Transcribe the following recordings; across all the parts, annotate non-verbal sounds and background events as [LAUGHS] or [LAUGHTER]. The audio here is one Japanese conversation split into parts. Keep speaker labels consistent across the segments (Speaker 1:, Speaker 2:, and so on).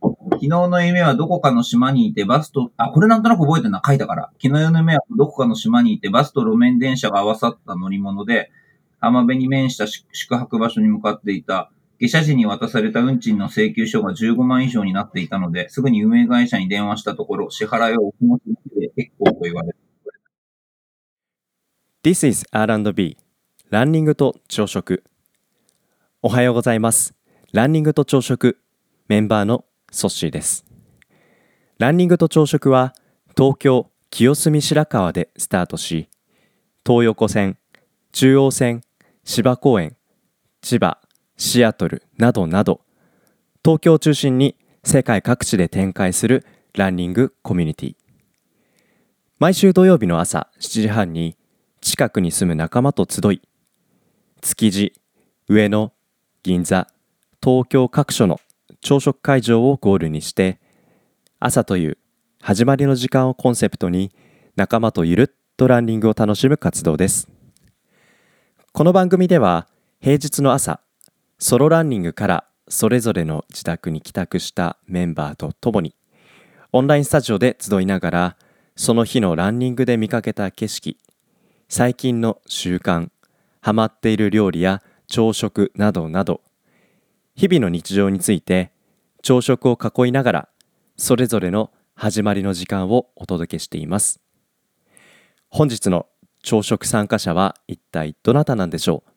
Speaker 1: 昨日の夢はどこかの島にいてバスと、あ、これなんとなく覚えてるな、書いたから。昨日の夢はどこかの島にいてバスと路面電車が合わさった乗り物で、浜辺に面した宿宿泊場所に向かっていた。下車時に渡された運賃の請求書が15万以上になっていたので、すぐに運営会社に電話したところ、支払いをお気持ちだけで結構と言われ
Speaker 2: This is R&B ランニングと朝食おはようございますランニングと朝食メンバーのソッシーですランニングと朝食は東京清澄白河でスタートし東横線中央線芝公園千葉シアトルなどなど東京を中心に世界各地で展開するランニングコミュニティ毎週土曜日の朝7時半に近くに住む仲間と集い築地上野銀座東京各所の朝食会場をゴールにして朝という始まりの時間をコンセプトに仲間とゆるっとランニングを楽しむ活動ですこの番組では平日の朝ソロランニングからそれぞれの自宅に帰宅したメンバーとともにオンラインスタジオで集いながらその日のランニングで見かけた景色最近の習慣ハマっている料理や朝食などなど日々の日常について朝食を囲いながらそれぞれの始まりの時間をお届けしています本日の朝食参加者は一体どなたなんでしょう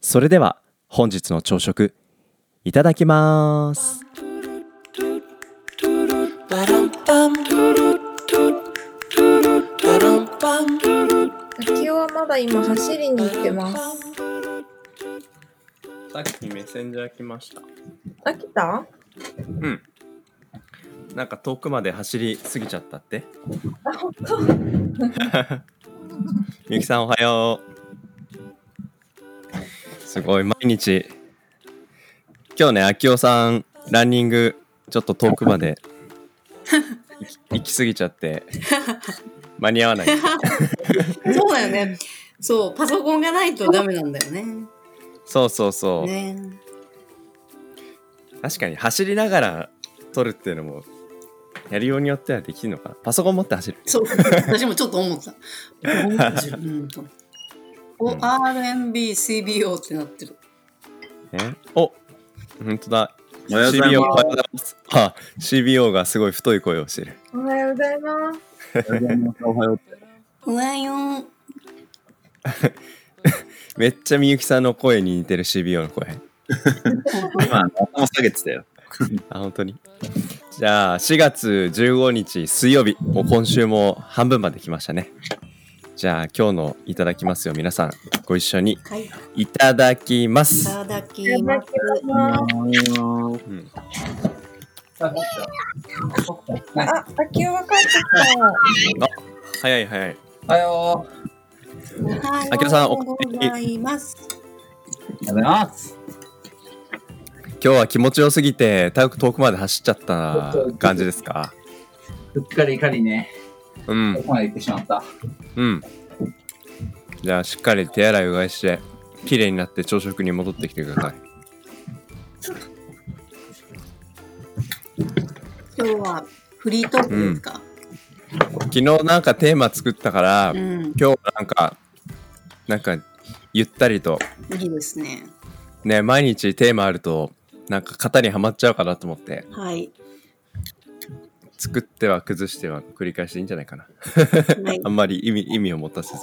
Speaker 2: それでは本日の朝食いただきます
Speaker 3: きおはまだ今走りに行ってます。
Speaker 2: さっきメッセンジャー来ました
Speaker 3: あ、来た
Speaker 2: うんなんか遠くまで走りすぎちゃったって
Speaker 3: あ、ほんと
Speaker 2: みゆきさんおはようすごい毎日今日ねあきおさんランニングちょっと遠くまで行き行き過ぎちゃって間に合わない
Speaker 4: [LAUGHS] そうだよね。そう、パソコンがないとダメなんだよね。
Speaker 2: そうそうそう、
Speaker 4: ね。
Speaker 2: 確かに走りながら撮るっていうのもやりようによってはできるのかなパソコン持って走る
Speaker 4: そう、私もちょっと思 [LAUGHS] った。思った自分と。お、
Speaker 2: うん
Speaker 4: RMB、CBO ってなってる。
Speaker 2: えお本当だ
Speaker 1: おはようござい
Speaker 2: CBO
Speaker 1: ます
Speaker 2: おはようございますあ CBO がすごい太い声をしてる
Speaker 3: おはようございます。
Speaker 1: おはよう。
Speaker 4: うわよ
Speaker 2: めっちゃみゆきさんの声に似てる CBO の声
Speaker 1: 今、頭下げてたよ。
Speaker 2: [LAUGHS] あ、本当に。じゃあ、4月15日水曜日、もう今週も半分まで来ましたね。じゃあ、今日のいただきますよ、皆さん、ご一緒に
Speaker 4: はい、い
Speaker 2: いただきます。
Speaker 4: ただきます。
Speaker 2: うん
Speaker 3: あ、あきおが帰ってきた。
Speaker 2: 早い早い。
Speaker 1: おはよう。
Speaker 4: おはよ
Speaker 2: あきらさん
Speaker 4: うございます。
Speaker 1: おはようございます。
Speaker 2: 今日は気持ちよすぎて、遠く遠くまで走っちゃった感じですか
Speaker 1: うっかり怒りね。
Speaker 2: うん
Speaker 1: こ、こまで行ってしまった。
Speaker 2: うん。じゃあ、しっかり手洗いうがいして、綺麗になって朝食に戻ってきてください。
Speaker 4: 今日はフリートークですか。
Speaker 2: 昨日なんかテーマ作ったから、
Speaker 4: うん、
Speaker 2: 今日なんか、なんか、ゆったりと
Speaker 4: いいですね。
Speaker 2: ね毎日テーマあるとなんか型にはまっちゃうかなと思って
Speaker 4: はい。
Speaker 2: 作っては崩しては繰り返していいんじゃないかな
Speaker 4: はい
Speaker 2: [LAUGHS] あ。んまり意味意味を持たせず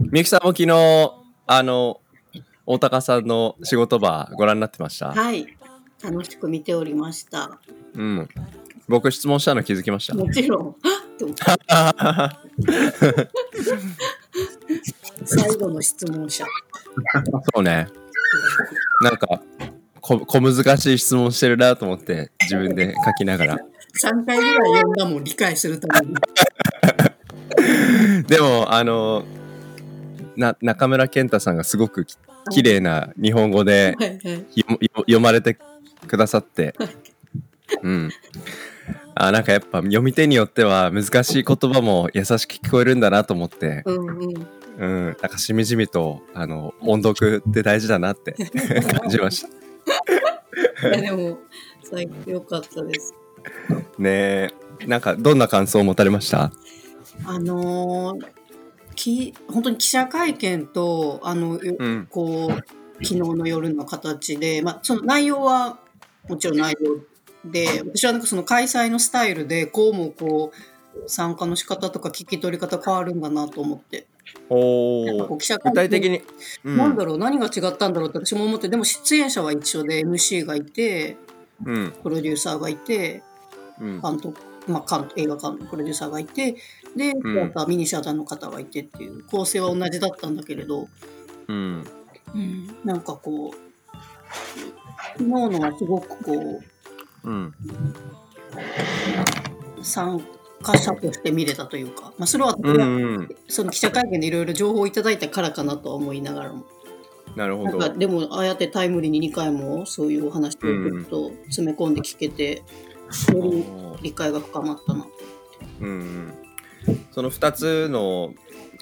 Speaker 2: みゆきさんも昨日あの大高さんの仕事場ご覧になってました、
Speaker 4: はい。楽しく見ておりました。
Speaker 2: うん僕質問したの気づき
Speaker 4: [LAUGHS]
Speaker 2: ました
Speaker 4: もちろん、あっって思った最後の質問者。
Speaker 2: そうねなんかこ小難しい質問してるなと思って自分で書きながら
Speaker 4: 3回ぐらい読んだもん理解するために。
Speaker 2: でもあのな中村健太さんがすごくき綺麗な日本語で
Speaker 4: はいはい
Speaker 2: よよ読まれてくださって、うん、あなんかやっぱ読み手によっては難しい言葉も優しく聞こえるんだなと思って、
Speaker 4: うん
Speaker 2: [LAUGHS]
Speaker 4: うん。
Speaker 2: うん、なんかしみ [LAUGHS] じみとあの音読って大事だなって感じました。
Speaker 4: いやでも、最高良かったです。
Speaker 2: ねえなんかどんな感想を持たれました
Speaker 4: あのーき本当に記者会見とあの、よ
Speaker 2: うん
Speaker 4: こう昨日の夜の形で、まあ、その内容はもちろん内容で私はなんかその開催のスタイルでこうもこう参加の仕方とか聞き取り方変わるんだなと思って
Speaker 2: お
Speaker 4: なんかこう
Speaker 2: お
Speaker 4: 記者
Speaker 2: 具
Speaker 4: 会見
Speaker 2: 体的に、う
Speaker 4: なんだろう何が違ったんだろうって私も思ってでも出演者は一緒で MC がいて
Speaker 2: うん
Speaker 4: プロデューサーがいて
Speaker 2: うん
Speaker 4: 監督、まあ、監映画監督プロデューサーがいてで、
Speaker 2: うん
Speaker 4: なんかミニシアターの方がいてっていう構成は同じだったんだけれど、
Speaker 2: うん
Speaker 4: うん、なんかこう昨日のはすごくこ
Speaker 2: うん
Speaker 4: う参加者として見れたというか、まあ、それは、
Speaker 2: うんうん
Speaker 4: その記者会見でいろいろ情報をいただいたからかなとは思いながらも
Speaker 2: なるほ
Speaker 4: なん
Speaker 2: ど
Speaker 4: かでもああやってタイムリーに2回もそういうお話を
Speaker 2: うん
Speaker 4: ちょっと詰め込んで聞けて、より理解が深まったな。
Speaker 2: うんうん、その2つの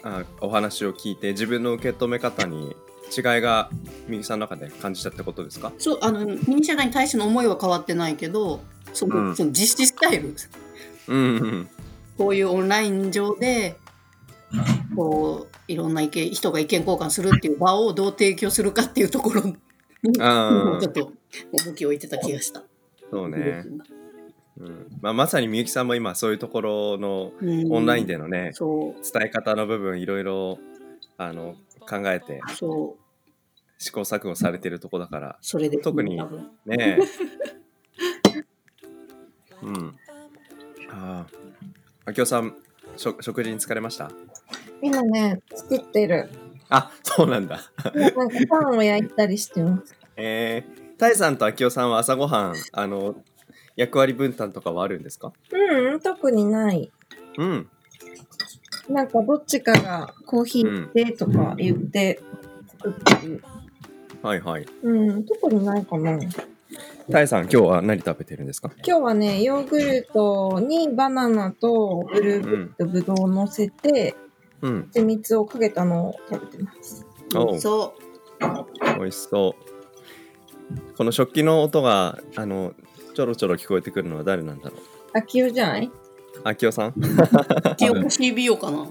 Speaker 2: あお話を聞いて自分の受け止め方に違いが右さんの中で感じたってことですか
Speaker 4: そうあのミニシアターに対しての思いは変わってないけどその,、
Speaker 2: うん
Speaker 4: その実施スタイル
Speaker 2: うんうん
Speaker 4: こういうオンライン上でこういろんな意見人が意見交換するっていう場をどう提供するかっていうところにち
Speaker 2: あ
Speaker 4: ょ
Speaker 2: ー
Speaker 4: っと重きを置いてた気がした。
Speaker 2: そうね、うんまあ、まさにみゆきさんも今そういうところの
Speaker 4: うん
Speaker 2: オンラインでのね、
Speaker 4: そ
Speaker 2: 伝え方の部分いろいろあの考えて
Speaker 4: うそう
Speaker 2: 試行錯誤されてるとこだから
Speaker 4: それで
Speaker 2: 特に
Speaker 4: 多分
Speaker 2: [LAUGHS] ねえうんああきおさんしょ食事に疲れました
Speaker 3: 今ね、作ってる。
Speaker 2: あそうなんだ
Speaker 3: なんかパンを焼いたりしてます。
Speaker 2: えー、タイさんとアキオさんは朝ごはん、あの、役割分担とかはあるんですか
Speaker 3: うん、特にない。
Speaker 2: うん。
Speaker 3: なんかどっちかがコーヒーでとか言って作ってる。
Speaker 2: はいはい。
Speaker 3: うん、特にないかな。今
Speaker 2: タイさん、今日は何食べてるんですか
Speaker 3: 日はね、ヨーグルトにバナナとブルーベリーとブドウを乗せて、
Speaker 2: うん。
Speaker 3: 蜂蜜をかけたのを食べてます。
Speaker 2: おう
Speaker 4: そ
Speaker 2: 美味しそう。この食器の音が、あの、ちょろちょろ聞こえてくるのは誰なんだろう
Speaker 3: 秋代じゃない
Speaker 2: アキオさん
Speaker 4: う記憶 CBO
Speaker 2: [LAUGHS]
Speaker 4: かな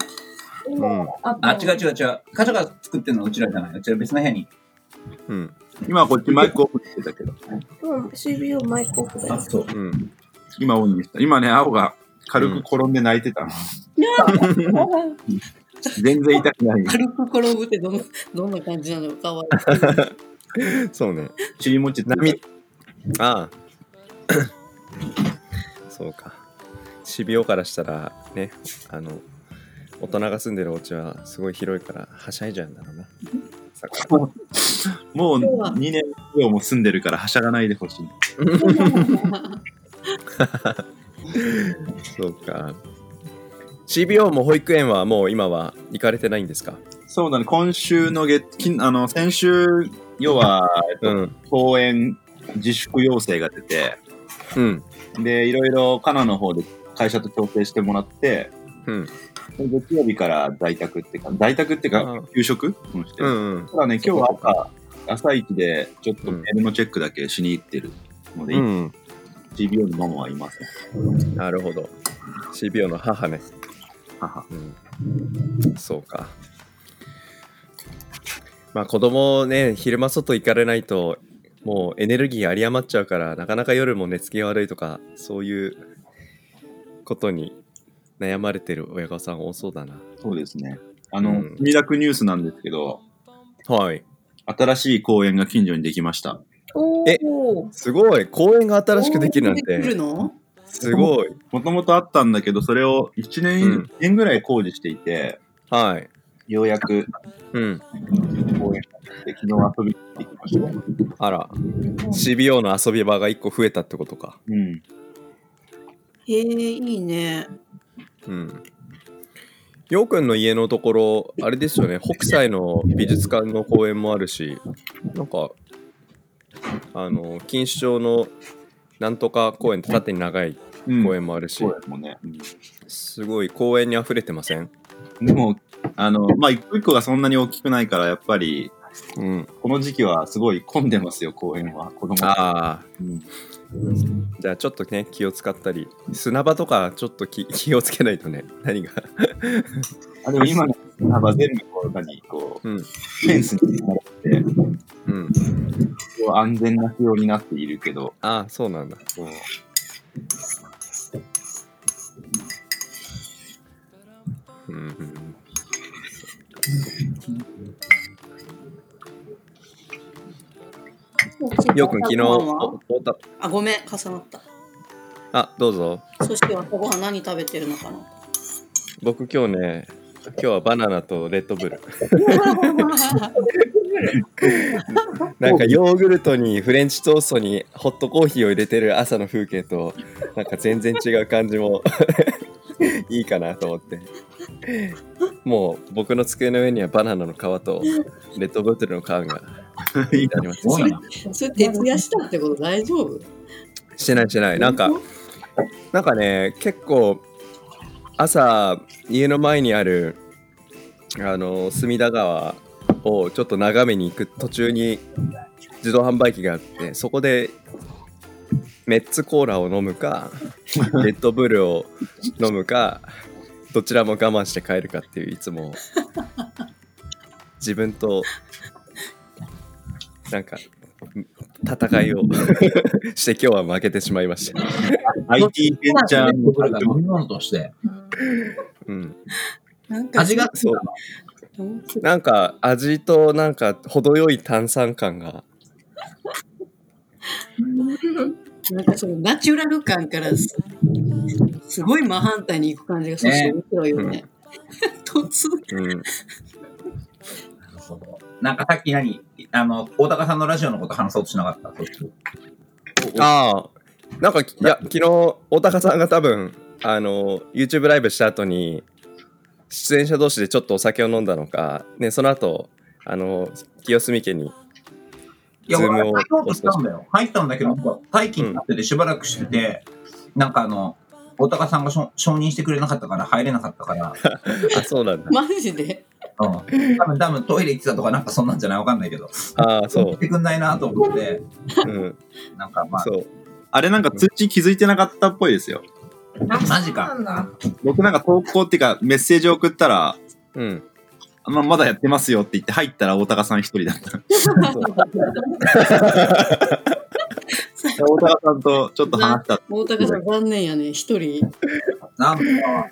Speaker 2: うん。
Speaker 3: あ
Speaker 1: あ、違う違う違う。カチャが作ってるのはうちらじゃない。うちら別の部屋に。
Speaker 2: うん。
Speaker 5: 今こっちマイクオフしてたけど、
Speaker 3: 今日 CBO マイクオフだよ。
Speaker 1: そう。
Speaker 2: うん。
Speaker 5: 今オンにした。今ね、青が軽く転んで泣いてたの。全然痛くない。
Speaker 4: 軽く転ぶってどんなどんな感じなのかわい
Speaker 2: そうね。
Speaker 1: ちりもちって
Speaker 2: 波。ああ。 [COUGHS] そうか。渋谷からしたら、ね、あの、大人が住んでるお家はすごい広いから、はしゃいじゃうんだろうな。さ
Speaker 5: もう
Speaker 4: そうだ
Speaker 5: 2年以上も住んでるからはしゃがないでほしい。
Speaker 6: [LAUGHS]
Speaker 2: そうか。CBO も保育園はもう今は行かれてないんですか
Speaker 5: そうだね、今週の月、きあの、先週、要は、
Speaker 2: うん。
Speaker 5: 公演自粛要請が出て、
Speaker 2: うん。
Speaker 5: で、いろいろカナの方で会社と調整してもらって、
Speaker 2: うん。
Speaker 5: で月曜日から在宅っていうか、在宅っていう
Speaker 2: ああ
Speaker 5: か、給食うんして
Speaker 2: う
Speaker 5: る。
Speaker 2: んうん。
Speaker 5: ただね、今日は
Speaker 2: そっか
Speaker 5: 朝、朝一で、ちょっとメールのチェックだけしに行ってるので、
Speaker 2: うん。
Speaker 5: CBO のママはいません。
Speaker 2: なるほど。CBO の母ね。
Speaker 5: 母。
Speaker 2: うん、そうか。まあ子供ね、昼間外行かれないと、もうエネルギー有り余っちゃうから、なかなか夜も寝つきが悪いとか、そういうことに悩まれてる親御さん多そうだな。
Speaker 5: そうですね。あの、
Speaker 2: うん
Speaker 5: 墨田区ニュースなんですけど、
Speaker 2: はい。
Speaker 5: 新しい公園が近所にできました。
Speaker 3: お
Speaker 2: え
Speaker 3: お。
Speaker 2: すごい公園が新しくできるなん
Speaker 4: できる
Speaker 2: て、
Speaker 4: の
Speaker 2: すごい。
Speaker 5: もともとあったんだけど、それを1年、
Speaker 2: うん
Speaker 5: 1年ぐらい工事していて、
Speaker 2: はい。
Speaker 5: ようやく
Speaker 2: うん。
Speaker 5: 公園ができて、昨日遊びに行ってきました。
Speaker 2: あら、CBO の遊び場が1個増えたってことか。
Speaker 5: うん。
Speaker 4: へえいいね
Speaker 2: うん。ようくんの家のところ、あれですよね、北斎の美術館の公園もあるし、なんか、あの、錦糸町のなんとか公園って縦に長い
Speaker 5: うん、
Speaker 2: 公園もあるし、
Speaker 5: 公園もね。うん
Speaker 2: すごい公園に溢れてません
Speaker 5: でも、あの、まあ、一個一個がそんなに大きくないから、やっぱり、
Speaker 2: うん。
Speaker 5: この時期はすごい混んでますよ、公園は。子供が。
Speaker 2: ああ、
Speaker 5: うん
Speaker 2: じゃあちょっとね、気を使ったり、砂場とかちょっと気気をつけないとね、何が。
Speaker 5: あでも今の砂場全部こう、何、こう、
Speaker 2: うん
Speaker 5: フェンスになって、
Speaker 2: うん。
Speaker 5: こう安全な仕様になっているけ
Speaker 2: [LAUGHS]
Speaker 5: ど、
Speaker 2: ああ、そうなんだ。
Speaker 5: こう
Speaker 2: うんうんうん。よくん昨日、おおた
Speaker 4: あ、ごめん、重なった。
Speaker 2: あ、どうぞ。
Speaker 4: そして朝ごはん何食べてるのかな。
Speaker 2: 僕今日ね、今日はバナナとレッドブル。 [LAUGHS] なんかヨーグルトにフレンチトーストにホットコーヒーを入れてる朝の風景となんか全然違う感じも [LAUGHS] いいかなと思ってもう僕の机の上にはバナナの皮とレッドブルの皮が置いてあります
Speaker 1: ごいな。
Speaker 4: それ徹夜したってこと大丈夫
Speaker 2: してないしてないなんかなんかね結構朝家の前にあるあの隅田川をちょっと眺めに行く途中に自動販売機があってそこでメッツコーラを飲むかレッドブルを飲むかどちらも我慢して帰るかっていういつも自分となんか戦いをして今日は負けてしまいました。
Speaker 5: IT ベンチャー
Speaker 1: レッ
Speaker 5: の
Speaker 1: ドブルが飲み物として、
Speaker 2: うん
Speaker 4: なんか
Speaker 1: 味がつい
Speaker 2: そう
Speaker 1: たの。
Speaker 2: なんか味となんか程よい炭酸感が
Speaker 4: なんかそのナチュラル感からすすごい真反対に行く感じがそして面白いよね。突然
Speaker 2: うん
Speaker 1: なんかさっき何あの、大高さんのラジオのこと話そうとしなかった。
Speaker 2: ああなんかいや昨日大高さんが多分あの YouTube ライブした後に出演者同士でちょっとお酒を飲んだのかねその後あの清澄家
Speaker 1: [LAUGHS]
Speaker 2: に
Speaker 1: いや、
Speaker 2: ズーム
Speaker 1: 俺
Speaker 2: を
Speaker 1: 入ろうとしたんだよ。入ったんだけど、なんか待機になっててしばらくしてて、なんかあの、大高さんがしょ承認してくれなかったから入れなかったから、
Speaker 2: あそうなんだ
Speaker 4: マジで
Speaker 1: うん。多分多分トイレ行ってたとかなんかそんなんじゃないわかんないけど、
Speaker 2: ああ
Speaker 1: 言っ
Speaker 2: そ
Speaker 1: てくんないなと思って、
Speaker 2: う、うん、
Speaker 1: なんかまあ、
Speaker 2: そう
Speaker 5: あれなんか通知気づいてなかったっぽいですよ。
Speaker 1: マジ
Speaker 3: そ
Speaker 1: か。
Speaker 3: うなんだ。
Speaker 5: 僕なんか投稿っていうかメッセージを送ったら、
Speaker 2: うん
Speaker 5: まあ、まだやってますよって言って入ったら大高さん一人だった。
Speaker 2: そう
Speaker 5: 大高さんとちょっと話した。
Speaker 4: 大高さん残念やね。一人。
Speaker 1: なんか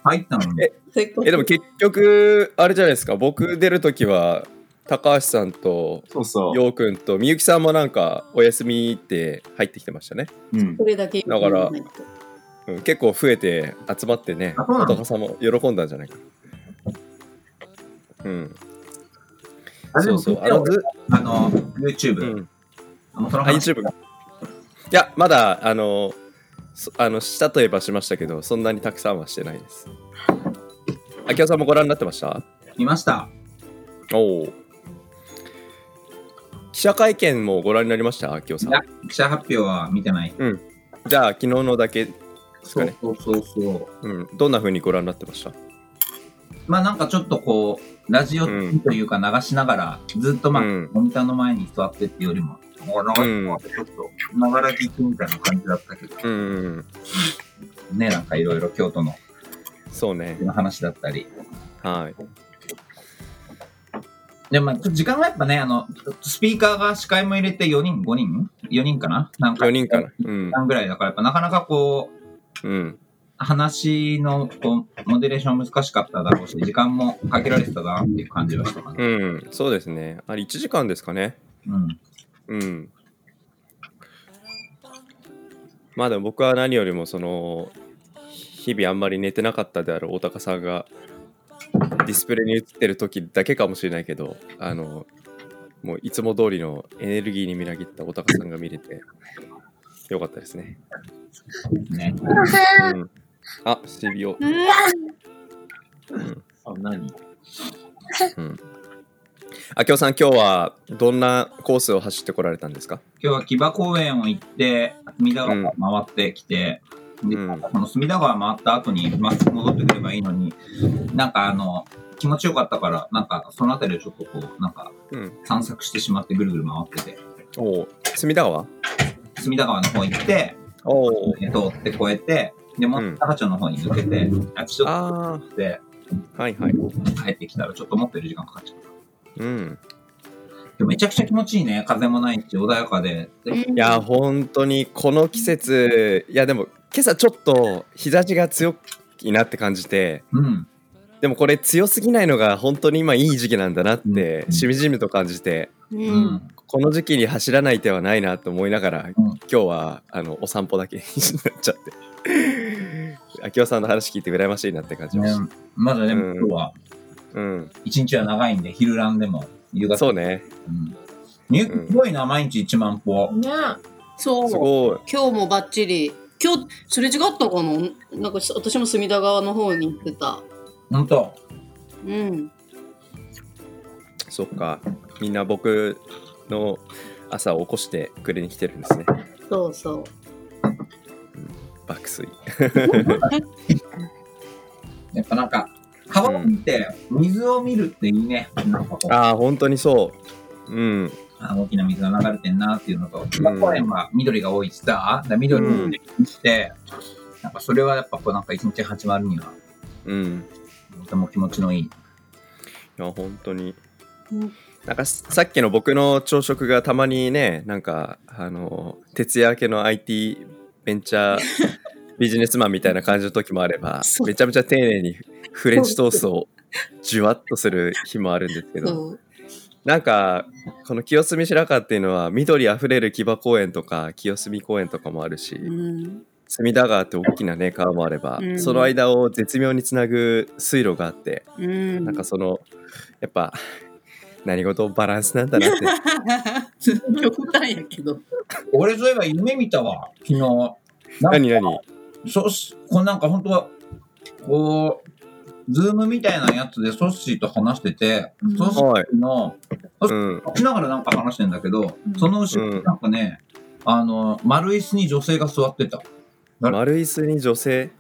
Speaker 1: 入ったのに。
Speaker 4: せっか
Speaker 2: えでも
Speaker 4: く
Speaker 2: 結局あれじゃないですか僕出る時は高橋さんと
Speaker 5: そうそう。
Speaker 2: ようくんとみゆきさんもなんかお休みって入ってきてましたね、
Speaker 5: うん
Speaker 4: これだけ言う
Speaker 2: だから
Speaker 4: ないと
Speaker 2: うん、結構増えて集まってね
Speaker 1: あそうなの
Speaker 2: 高さんも喜んだんじゃないかうん
Speaker 1: あで
Speaker 2: そ
Speaker 1: も
Speaker 2: うそう
Speaker 1: 聞い
Speaker 2: あ
Speaker 1: てよ
Speaker 2: のず、
Speaker 1: あの、
Speaker 2: う
Speaker 1: YouTube。
Speaker 2: ん、
Speaker 1: もうその
Speaker 2: あ
Speaker 1: 話
Speaker 2: YouTube いやまだあのそあのしたといえばしましたけどそんなにたくさんはしてないですあきおさんもご覧になってました
Speaker 1: 見ました。
Speaker 2: おお記者会見もご覧になりましたあきおさん
Speaker 1: いや記者発表は見てない。
Speaker 2: じゃあ昨日のだけ、す
Speaker 1: そ
Speaker 2: か
Speaker 1: う
Speaker 2: ね
Speaker 1: そうそうそう。
Speaker 2: うん、どんな風にご覧になってました
Speaker 1: まあなんかちょっとこう、ラジオ
Speaker 2: うん
Speaker 1: というか流しながら、ずっとまあ、
Speaker 2: うん
Speaker 1: モニターの前に座ってっていうよりも、もう流
Speaker 2: うん
Speaker 1: ちょっと、ながら聞きみたいな感じだったけど、
Speaker 2: うんうんうん
Speaker 1: ね、なんかいろいろ京都の
Speaker 2: そうね
Speaker 1: 話だったり。
Speaker 2: はい
Speaker 1: で、まあ、ちょっと時間がやっぱね、あの、スピーカーが司会も入れて4人、5人 ?4 人かななんか。
Speaker 2: 4人かなうん
Speaker 1: 時間ぐらいだから、やっぱなかなかこう、
Speaker 2: うん
Speaker 1: 話のこうモデレーション難しかっただろうし、時間もかけられてたなっていう感じはしたかな。
Speaker 2: うんそうですねあれ1時間ですかね
Speaker 1: うん。
Speaker 2: うんまあでも僕は何よりもその日々あんまり寝てなかったであろう大高さんがディスプレイに映ってる時だけかもしれないけどあのもういつも通りのエネルギーにみなぎった大高さんが見れてよかったですね、
Speaker 1: ね。
Speaker 2: うん、あ CBO うん
Speaker 5: あ何
Speaker 2: うんあきおさん今日はどんなコースを走ってこられたんですか
Speaker 1: 今日は木場公園を行って、隅田川を回ってきて、で
Speaker 2: うん
Speaker 1: この隅田川回った後にまっすぐ戻ってくればいいのに、なんかあの、気持ちよかったから、なんか、そのあたりをちょっとこう、なんか、
Speaker 2: うん。
Speaker 1: 散策してしまってぐるぐる回ってて、
Speaker 2: おお。隅田川
Speaker 1: 隅田川の方行って、
Speaker 2: おお。
Speaker 1: 通って越えて、で、も
Speaker 2: うん
Speaker 1: う高町の方に抜けて、あっちょっ
Speaker 2: あ
Speaker 1: とで
Speaker 2: あ、はいはい。
Speaker 1: 帰ってきたら、ちょっと思ったより時間かかっちゃった。
Speaker 2: うん。
Speaker 1: でもめちゃくちゃ気持ちいいね。風もないし、穏やかで。で
Speaker 2: いや、本当にこの季節、いやでも今朝ちょっと日差しが強いなって感じて、
Speaker 1: うん。
Speaker 2: でもこれ強すぎないのが本当に今いい時期なんだなって
Speaker 1: うん
Speaker 2: しみじみと感じて、
Speaker 3: う。
Speaker 1: うんん。
Speaker 2: この時期に走らない手はないなと思いながら、今日はあのお散歩だけになっちゃって。 [LAUGHS] 秋夫さんの話聞いて羨ましいなって感じま
Speaker 1: ね
Speaker 2: した。
Speaker 1: まだね、
Speaker 2: うん
Speaker 1: 今日は、
Speaker 2: うん、
Speaker 1: 一日は長いんで、昼ランでも、夕方。
Speaker 2: そうね。
Speaker 1: うん。み
Speaker 2: うん
Speaker 1: すごいな、毎日1万歩。
Speaker 3: ね
Speaker 4: そう
Speaker 2: すごい。
Speaker 4: 今日もバッチリ今日すれ違ったかななんか私も隅田川の方に行ってた
Speaker 1: ほんと。
Speaker 4: うん
Speaker 2: そっか。みんな僕の朝を起こしてくれに来てるんですね。
Speaker 4: そうそう
Speaker 2: 爆睡。
Speaker 1: やっぱなんか、川を見て、水を見るっていいね。なんかこう、
Speaker 2: ああ、本当にそう。うん。
Speaker 1: あ大きな水が流れてんなっていうのと、芝公園は緑が多いしさ、だから緑を見て、なんかそれはやっぱこうなんか一日始まるには、
Speaker 2: うん。
Speaker 1: とても気持ちのいい。
Speaker 2: いや、本当に
Speaker 4: うん。
Speaker 2: なんかささっきの僕の朝食がたまにね、なんか、あの、徹夜明けの IT ベンチ [LAUGHS] ャービジネスマンみたいな感じの時もあれば
Speaker 4: そ、う
Speaker 2: めちゃめちゃ丁寧にフレンチトーストをじゅわっとする日もあるんですけど、
Speaker 4: そう
Speaker 2: なんかこの清澄白河っていうのは緑あふれる木場公園とか清澄公園とかもあるし、
Speaker 4: うん
Speaker 2: 隅田川って大きなね川もあれば、
Speaker 4: うん
Speaker 2: その間を絶妙につなぐ水路があって、
Speaker 4: うん
Speaker 2: なんかそのやっぱ何事もバランスなんだなって [LAUGHS]
Speaker 4: [LAUGHS] 極端やけど
Speaker 1: 俺そういえば夢見たわ、昨日。なん
Speaker 2: 何何
Speaker 1: そし、こうなんか本当は、こう、ズームみたいなやつでソッシーと話してて、
Speaker 3: うん
Speaker 1: ソッシ
Speaker 2: はい、
Speaker 1: ーの、
Speaker 2: うん、
Speaker 1: しながらなんか話してんだけど、
Speaker 3: うん
Speaker 1: その後ろになんかね、あの、丸椅子に女性が座ってた。
Speaker 2: 丸椅子に女性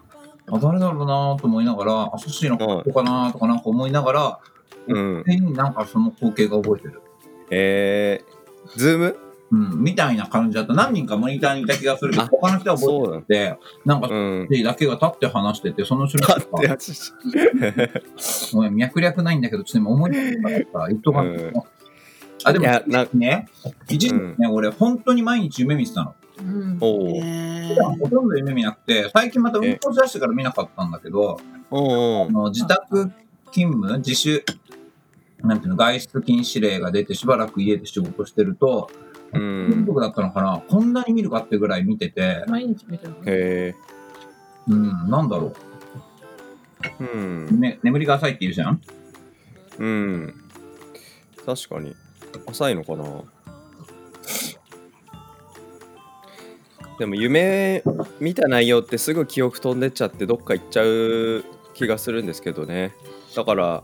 Speaker 1: あ、誰だろうなと思いながら、あ、ソッシーの子かなとかなんか思いながら、
Speaker 2: うん
Speaker 1: 変になんかその光景が覚えてる。
Speaker 2: えー、ズーム
Speaker 1: うん、みたいな感じだった。何人かモニターにいた気がするけど、
Speaker 2: あ
Speaker 1: 他の人は
Speaker 2: そ
Speaker 1: 覚
Speaker 2: うなの
Speaker 1: えてて、なんか、
Speaker 2: うん
Speaker 1: でだけが立って話してて、その後ろ
Speaker 2: だ
Speaker 1: に
Speaker 2: って
Speaker 1: ごめん、脈略ないんだけど、ちょっと今思い出なかった。言っとかんと
Speaker 2: うん
Speaker 1: あ、で
Speaker 2: い
Speaker 1: も
Speaker 2: やな
Speaker 1: ね、一時期ね、俺、本当に毎日夢見てたの。
Speaker 3: うん。
Speaker 2: [LAUGHS] お
Speaker 4: へ
Speaker 2: う
Speaker 4: え
Speaker 1: 普段ほとんど夢見なくて、最近また運
Speaker 2: え
Speaker 1: 動し出してから見なかったんだけど、
Speaker 2: おうお
Speaker 1: あの自宅勤務、自主、なんていうの、外出禁止令が出て、しばらく家で仕事してると、
Speaker 2: う
Speaker 1: 全
Speaker 2: ん
Speaker 1: 国だったのかな、こんなに見るかってぐらい見てて、
Speaker 3: 毎日見てる。
Speaker 2: へえ
Speaker 1: うん、なんだろう。
Speaker 2: うん
Speaker 1: ね、眠りが浅いって言うじ [LAUGHS] ゃん
Speaker 2: うん確かに浅いのかなでも夢見た内容ってすぐ記憶飛んでっちゃってどっか行っちゃう気がするんですけどねだから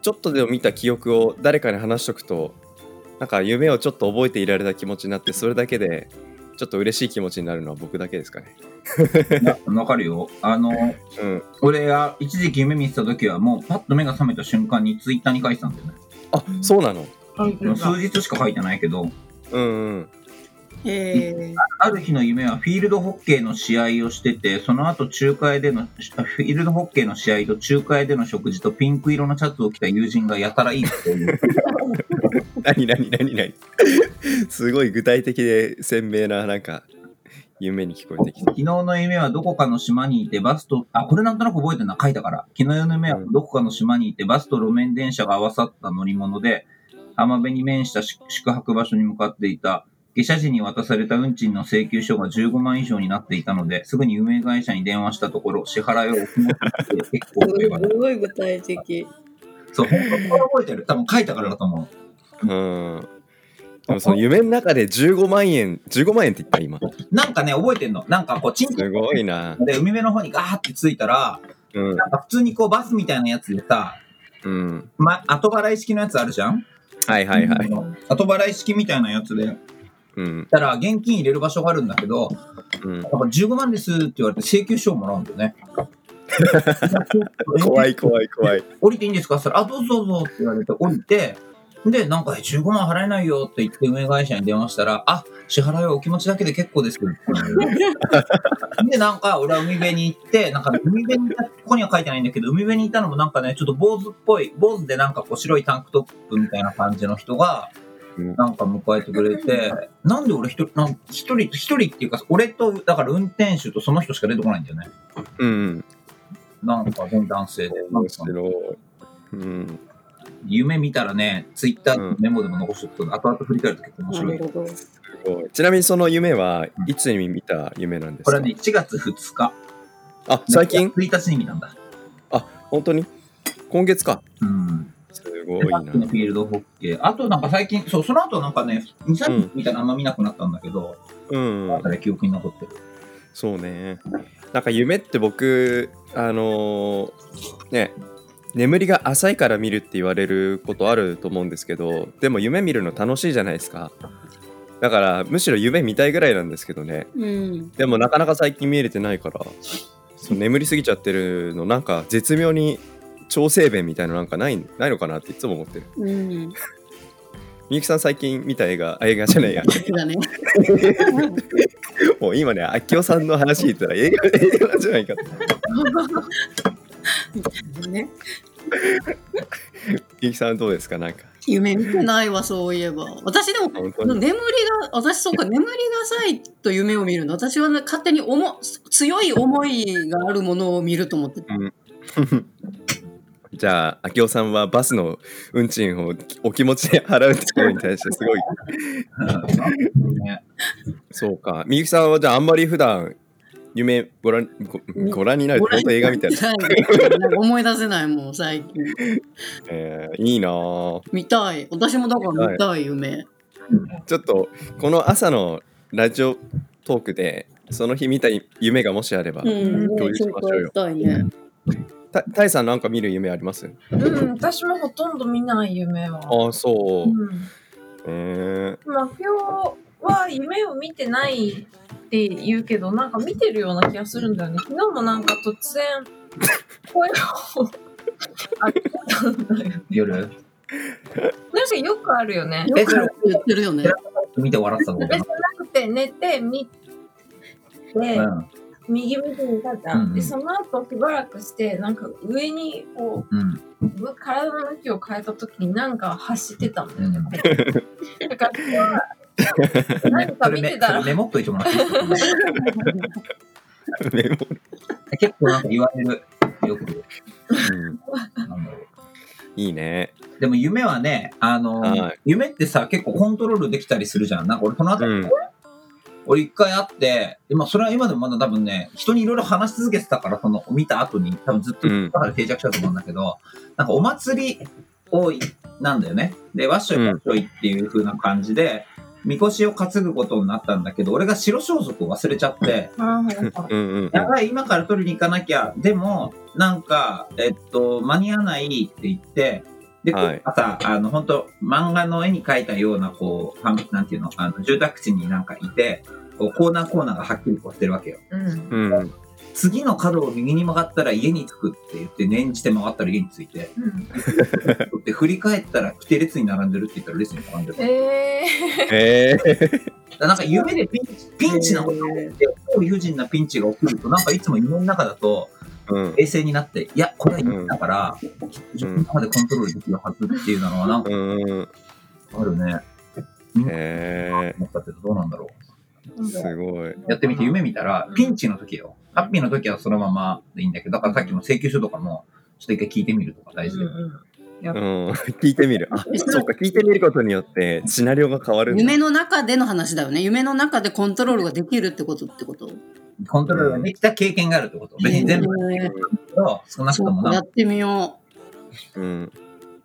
Speaker 2: ちょっとでも見た記憶を誰かに話しとくとなんか夢をちょっと覚えていられた気持ちになってそれだけでちょっと嬉しい気持ちになるのは僕だけですかね
Speaker 1: いやわかるよ。あの、
Speaker 2: うん
Speaker 1: 俺が一時期夢見てた時はもうパッと目が覚めた瞬間にツイッターに書いてたんだよね。
Speaker 2: あそうなの
Speaker 3: はい
Speaker 1: でも数日しか書いてないけど、
Speaker 2: うんうん
Speaker 4: へえ
Speaker 1: ある日の夢はフィールドホッケーの試合をしてて、その後仲介での、フィールドホッケーの試合と仲介での食事とピンク色のシャツを着た友人がやたらいいっていう。
Speaker 2: 何何何何 [LAUGHS] すごい具体的で鮮明ななんか夢に聞こえてきた
Speaker 1: 昨日の夢はどこかの島にいてバスと、あ、これなんとなく覚えてるな、書いたから。昨日の夢はどこかの島にいてバスと路面電車が合わさった乗り物で、浜辺に面した宿宿泊場所に向かっていた。下車時に渡された運賃の請求書が15万円以上になっていたので、すぐに運営会社に電話したところ、支払いをお気持ちで結構と言わ
Speaker 4: [LAUGHS]
Speaker 1: れた。
Speaker 4: すごい具体的
Speaker 1: そう、本当これ覚えてる。多分書いたからだと思う。
Speaker 2: うんでもその夢の中で15万円15万円って言った今
Speaker 1: なんかね、覚えてんの。なんかこう、チン
Speaker 2: すごいな
Speaker 1: で海辺の方にガーって着いたら、
Speaker 2: うん
Speaker 1: なんか普通にこうバスみたいなやつでさ、
Speaker 2: うん
Speaker 1: ま、後払い式のやつあるじゃん
Speaker 2: はいはいは
Speaker 1: あ
Speaker 2: い
Speaker 1: の後払い式みたいなやつで、
Speaker 2: うん
Speaker 1: たら現金入れる場所があるんだけど、
Speaker 2: うん [LAUGHS]
Speaker 1: なんか15万ですって言われて請求書をもらうんだよね。
Speaker 2: 怖い怖い怖い。
Speaker 1: 降りていいんですかって言ったら、あ、どうぞどうぞって言われて降りて、で、なんか、え15万払えないよって言って運営会社に電話したら、あ、支払いはお気持ちだけで結構ですけど。で、なんか、俺は海辺に行って、なんか、海辺にいた、ここには書いてないんだけど、海辺にいたのもなんかね、ちょっと坊主っぽい、坊主でなんかこう白いタンクトップみたいな感じの人が、
Speaker 2: うん
Speaker 1: なんか迎えてくれて、なんで俺一人、なん一人、一人っていうか、俺と、だから運転手とその人しか出てこないんだよね。
Speaker 2: うん。
Speaker 1: なん
Speaker 2: [LAUGHS]
Speaker 1: か、男性で。なん
Speaker 2: 面
Speaker 1: か
Speaker 2: 白い。うん。
Speaker 1: 夢見たらね、ツイッターメモでも残しておくと、後々振り返ると結構面
Speaker 4: な
Speaker 1: 白い。
Speaker 4: るほど。
Speaker 2: すごい。ちなみにその夢は
Speaker 1: う、ん
Speaker 2: いつに見た夢なんです
Speaker 1: こ
Speaker 2: か
Speaker 1: れはね、1月2日。
Speaker 2: あ、最近
Speaker 1: ?1 日に見たんだ。
Speaker 2: 本当に今月か。
Speaker 1: うん。
Speaker 2: すごい
Speaker 1: で
Speaker 2: な
Speaker 1: バ。ックのフィールドホッケー。あとなんか最近、そう、その後なんかね、2、3日見たらあんま見なくなったんだけど、
Speaker 2: うん
Speaker 1: あ、たり記憶に残ってる。
Speaker 2: そうね。なんか夢って僕、あのーね、眠りが浅いから見るって言われることあると思うんですけど、でも夢見るの楽しいじゃないですか。だから、むしろ夢見たいぐらいなんですけどね。
Speaker 4: うん。
Speaker 2: でもなかなか最近見えれてないから、その眠りすぎちゃってるの、なんか絶妙に調整弁みたいななんかないないのかなっていつも思ってる。
Speaker 4: うん。
Speaker 2: みゆきさん最近見た映画、あ映画じゃないや。
Speaker 4: だね。
Speaker 2: もう今ね、あきおさんの話聞いたら映画映画じゃないかと。
Speaker 4: ね。
Speaker 2: みゆきさんどうですかなんか。
Speaker 4: [LAUGHS] 夢見てないわ、そういえば。私でも、
Speaker 2: 本当に
Speaker 4: 眠りが、私そうか、眠りが浅いと夢を見るの。私は、ね、勝手に思う強い思いがあるものを見ると思ってた。
Speaker 2: じゃあ、明夫さんはバスの運賃をお気持ちで払うってことに対してすごい。
Speaker 1: ね
Speaker 2: [LAUGHS] そうか。みゆきさんはじゃあ、あんまり普段夢ご覧ごご覧になる [LAUGHS] って本当映画みたいな。
Speaker 4: な。思い出せないもん、最近。
Speaker 2: えーいいなぁ
Speaker 4: 見たい。私もだから見たい夢。
Speaker 2: ちょっと、この朝のラジオトークで、その日見た夢がもしあれば、
Speaker 4: うん。
Speaker 2: 共有しましょうよ。
Speaker 4: たいね。
Speaker 2: たたいさんなんか見る夢あります
Speaker 6: うん、私もほとんど見ない夢は。
Speaker 2: ああ、そうう。
Speaker 6: ん。
Speaker 2: えー
Speaker 6: マフィオは夢を見てないって言うけど、なんか見てるような気がするんだよね。昨日もなんか突
Speaker 1: [LAUGHS]
Speaker 6: 然、声をあげたんだよ。なんか
Speaker 1: 夜、
Speaker 6: よくあるよね。
Speaker 1: え、それ
Speaker 4: 言ってるよね。
Speaker 1: 見て笑ってたの
Speaker 6: で、
Speaker 1: か
Speaker 6: じゃ
Speaker 1: な
Speaker 6: なくて寝て、見て、右目にいたじゃん。
Speaker 1: うん
Speaker 6: で、その後しばらくして、なんか上にこ
Speaker 1: うん。うん。
Speaker 6: う、ぶ体の向きを変えた時になんか走ってたんだよね。
Speaker 1: うん
Speaker 6: こうだからそれは、何か
Speaker 1: それ
Speaker 6: 見
Speaker 1: め
Speaker 6: て
Speaker 1: そ
Speaker 6: た
Speaker 1: れ
Speaker 6: ら、
Speaker 1: メモっといてもらっていいですか
Speaker 2: メモ
Speaker 1: 結構なんか言われる。よく。
Speaker 2: うん
Speaker 1: なんだろう
Speaker 2: いいね。
Speaker 1: でも夢はね、あの、
Speaker 2: はい
Speaker 1: 夢ってさ、結構コントロールできたりするじゃん。なんか俺この後、
Speaker 2: うん。
Speaker 1: 俺一回会って、まあそれは今でもまだ多分ね、人にいろいろ話し続けてたから、その見た後に多分ずっと
Speaker 2: うん
Speaker 1: だから定着したと思うんだけど、なんかお祭りをい、なんだよね。で、わっしょいわっしょいっていう風な感じで、みこしを担ぐことになったんだけど、俺が白装束を忘れちゃって、
Speaker 6: あー
Speaker 2: うんうんうん
Speaker 1: やばい、今から取りに行かなきゃ。でも、なんか、えっと、間に合わないって言って、で、
Speaker 2: はい
Speaker 1: 朝、あの、本当漫画の絵に描いたような、こう、はんなんていうの、あの住宅地になんかいて、こうコーナーコーナーがはっきりこうしてるわけよ。
Speaker 6: うん。
Speaker 2: うん。
Speaker 1: 次の角を右に曲がったら家に着くって言って、念じて曲がったら家に着いて、
Speaker 6: うん
Speaker 1: で、振り返ったら来て列に並んでるって言ったら列に並んでる。だか
Speaker 6: え
Speaker 2: えー
Speaker 1: らなんか夢でピンチ、ピンチなことが起きて、不理不尽なピンチが起きると、なんかいつも夢の中だと、
Speaker 2: うん。
Speaker 1: 冷静になって、いや、これは夢だから、自分の中でコントロールできるはずっていうのは、なんか
Speaker 2: うんうん。
Speaker 1: あるね。みんな
Speaker 2: え
Speaker 1: 思ったけど、どうなんだろう。
Speaker 2: ー、すごい。
Speaker 1: やってみて、夢見たら、ピンチの時よ。ハッピーの時はそのままでいいんだけど、だからさっきの請求書とかも、ちょっと一回聞いてみるとか大事
Speaker 6: う
Speaker 1: で。
Speaker 6: んうん
Speaker 2: うん、聞いてみる。あ、そうか、聞いてみることによってシナリオが変わるんだ。
Speaker 4: 夢の中での話だよね。夢の中でコントロールができるってことってこと。
Speaker 1: コントロールができた経験があるってこと。別に全部だ
Speaker 4: え
Speaker 1: けど、少な
Speaker 4: ー
Speaker 1: く
Speaker 4: そ
Speaker 1: とも
Speaker 4: うかや
Speaker 1: な、
Speaker 4: ってみよ
Speaker 2: うん。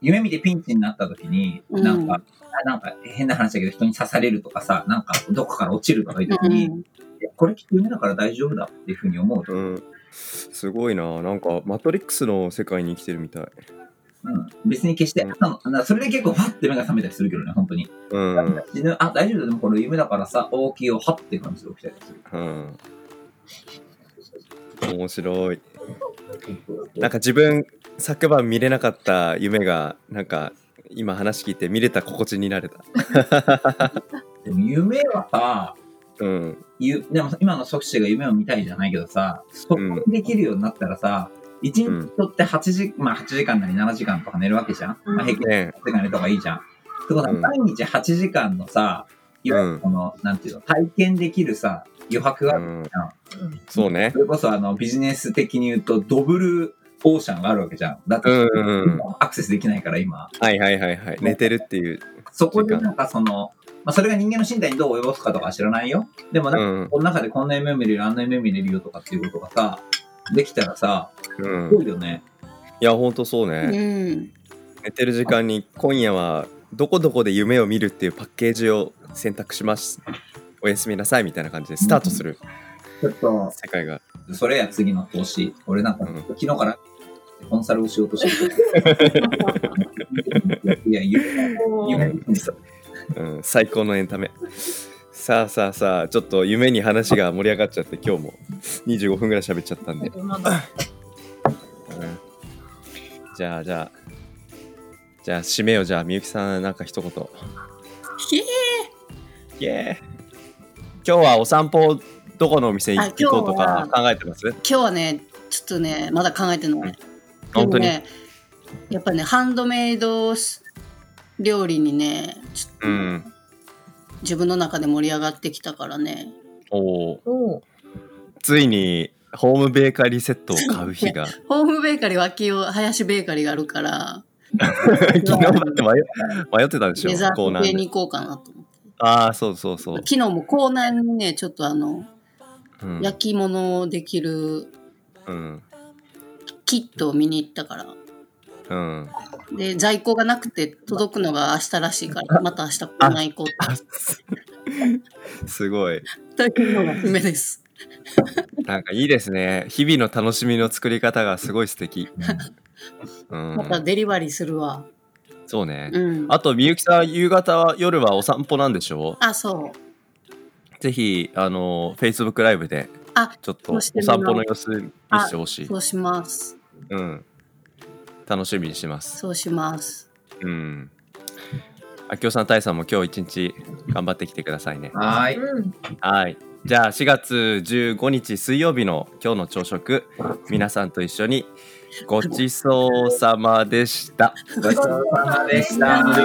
Speaker 1: 夢見てピンチになった時に、
Speaker 4: うん
Speaker 1: なんか、あなんか変な話だけど、人に刺されるとかさ、なんかどっかから落ちるとかいう
Speaker 4: う。
Speaker 1: 時に、これきっと夢だから大丈夫だっていうふうに思うと。
Speaker 2: うん。すごいな。なんか、マトリックスの世界に生きてるみたい。
Speaker 1: うん、別に決して、
Speaker 2: うん
Speaker 1: あのそれで結構パッて目が覚めたりするけどね、本当に。
Speaker 2: うん。
Speaker 1: 死ぬあ、大丈夫だ、でもこれ夢だからさ、大きいをはって感じで起きたりする。
Speaker 2: うん。面白いなんか自分昨晩見れなかった夢がなんか今話聞いて見れた心地になれた
Speaker 1: でも夢はさ、
Speaker 2: うん
Speaker 1: ゆでも今の即死が夢を見たいじゃないけどさ、そこ
Speaker 2: うん
Speaker 1: できるようになったらさ、一日とって8時、まあ8時間なり7時間とか寝るわけじゃん、
Speaker 6: うん
Speaker 1: まあ、平均
Speaker 2: ね
Speaker 1: 8時間寝た方がいいじゃん。ってことは
Speaker 2: うん
Speaker 1: 毎日8時間のさ、いわゆるこの、なんていうの、体験できるさ、余白があ
Speaker 2: う
Speaker 1: る。
Speaker 2: んそうね
Speaker 1: それこそあのビジネス的に言うとドブルオーシャンがあるわけじゃん。だって、
Speaker 2: うんうんうん
Speaker 1: アクセスできないから今。
Speaker 2: はいはいはいはい寝てるっていう
Speaker 1: そこでなんかその、まあ、それが人間の身体にどう及ぼすかとかは知らないよ。でもなん
Speaker 2: う
Speaker 1: か
Speaker 2: ん
Speaker 1: この中でこんな夢見れる、あんな夢見れるよとかっていうことがさ、できたらさ、
Speaker 2: うん
Speaker 1: 多いよね。
Speaker 2: いやほんとそうね、
Speaker 4: うん。
Speaker 2: 寝てる時間に今夜はどこどこで夢を見るっていうパッケージを選択しますおやすみなさいみたいな感じでスタートする
Speaker 1: ちょっと、
Speaker 2: 世界が
Speaker 1: それや次の投資。俺なんか、
Speaker 2: うん
Speaker 1: 昨日からコンサルをしようとしてる。いや、夢、夢
Speaker 2: うんうん、最高のエンタメさあさあさあちょっと夢に話が盛り上がっちゃって今日も25分ぐらい喋っちゃったんで、
Speaker 6: まだ
Speaker 2: うんじゃあじゃあじゃあ締めようじゃあみゆきさんなんか一言
Speaker 4: ひえ
Speaker 2: イエーイ今日はお散歩どこのお店行
Speaker 4: あ
Speaker 2: 行こうと
Speaker 4: 今
Speaker 2: か
Speaker 4: 日
Speaker 2: 考えてます
Speaker 4: 今日はね、ちょっとね、まだ考えてない。
Speaker 2: 本当に、
Speaker 4: でもね、やっぱね、ハンドメイド料理にね、ちょっと
Speaker 2: うん
Speaker 4: 自分の中で盛り上がってきたからね。
Speaker 2: おお
Speaker 6: おう
Speaker 2: ついにホームベーカリーセットを買う日 [LAUGHS] が
Speaker 4: ホームベーカリー脇を林ベーカリーがあるから、
Speaker 2: [LAUGHS] 昨日だって迷迷ってたでしょ
Speaker 4: デザ
Speaker 2: コー
Speaker 4: ー
Speaker 2: ナ
Speaker 4: ト系
Speaker 2: ーで
Speaker 4: に行こうかなと思って。
Speaker 2: ああそうそうそう、
Speaker 4: 昨日もコーナーにね、ちょっとあの、
Speaker 2: うん
Speaker 4: 焼き物をできる
Speaker 2: うん
Speaker 4: キットを見に行ったから。
Speaker 2: うん、
Speaker 4: で、在庫がなくて届くのが明日らしいから、また明日コーナー行こう
Speaker 2: あすすごい
Speaker 4: というのが夢です。
Speaker 2: なんかいいですね日々の楽しみの作り方がすごい素敵、うん
Speaker 4: [LAUGHS] またデリバリーするわ。
Speaker 2: そうね、
Speaker 4: うん。
Speaker 2: あとみゆきさん夕方は夜はお散歩なんでしょ
Speaker 4: あ、そう。
Speaker 2: ぜひあの Facebook ライブで
Speaker 4: あ
Speaker 2: ちょっと
Speaker 4: そ
Speaker 2: お
Speaker 4: うしてみよう
Speaker 2: 散歩の様子見せてほしい
Speaker 4: そうします。
Speaker 2: うん、楽しみにしてます
Speaker 4: そうします。
Speaker 2: うん。あきおさん、たいさんも今日一日頑張ってきてくださいね。
Speaker 1: [LAUGHS] はーい。
Speaker 6: うん
Speaker 2: はい。じゃあ4月15日水曜日の今日の朝食、皆さんと一緒にごちそうさまでした。
Speaker 1: ごちそうさまでした。
Speaker 4: あの